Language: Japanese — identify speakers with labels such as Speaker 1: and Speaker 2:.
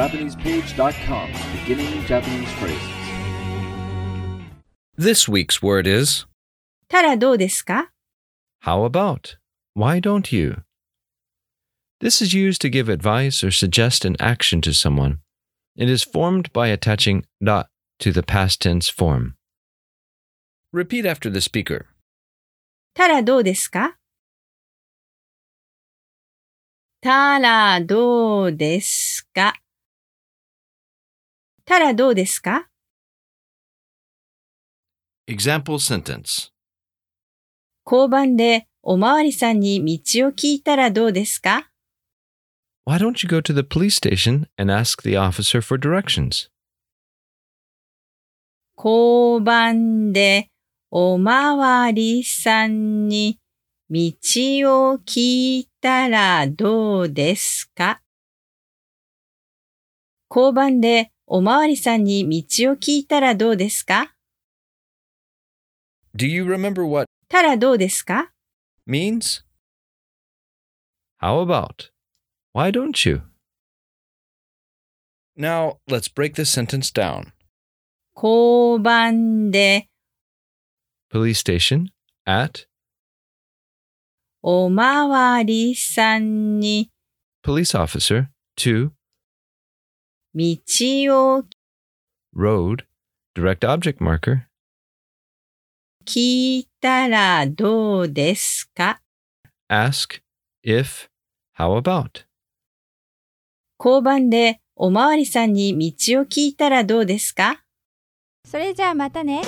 Speaker 1: JapanesePage.com, beginning Japanese phrases.
Speaker 2: This week's word is
Speaker 3: たらどうですか
Speaker 2: how about? Why don't you? This is used to give advice or suggest an action to someone. It is formed by attaching da to the past tense form. Repeat after the speaker.
Speaker 3: たらどうですかたらどうですかたらどうですか
Speaker 2: Example sentence
Speaker 3: 交番でおまわりさんに道を聞いたらどうですか
Speaker 2: Why don't you go to the police station and ask the officer for directions?
Speaker 3: 交番でおまわりさんに道を聞いたらどうですか交番でおまわりさんに道を聞いたらどうですか
Speaker 2: Do you remember what
Speaker 3: たらどうですか
Speaker 2: means? How about? Why don't you? Now, let's break this sentence down.
Speaker 3: 交番で
Speaker 2: Police station at
Speaker 3: おまわりさんに
Speaker 2: police officer to
Speaker 3: 道を
Speaker 2: road direct object marker
Speaker 3: 聞いたらどうですか
Speaker 2: ask if how about
Speaker 3: 交番でおまわりさんに道を聞いたらどうですか
Speaker 4: それじゃあまたね。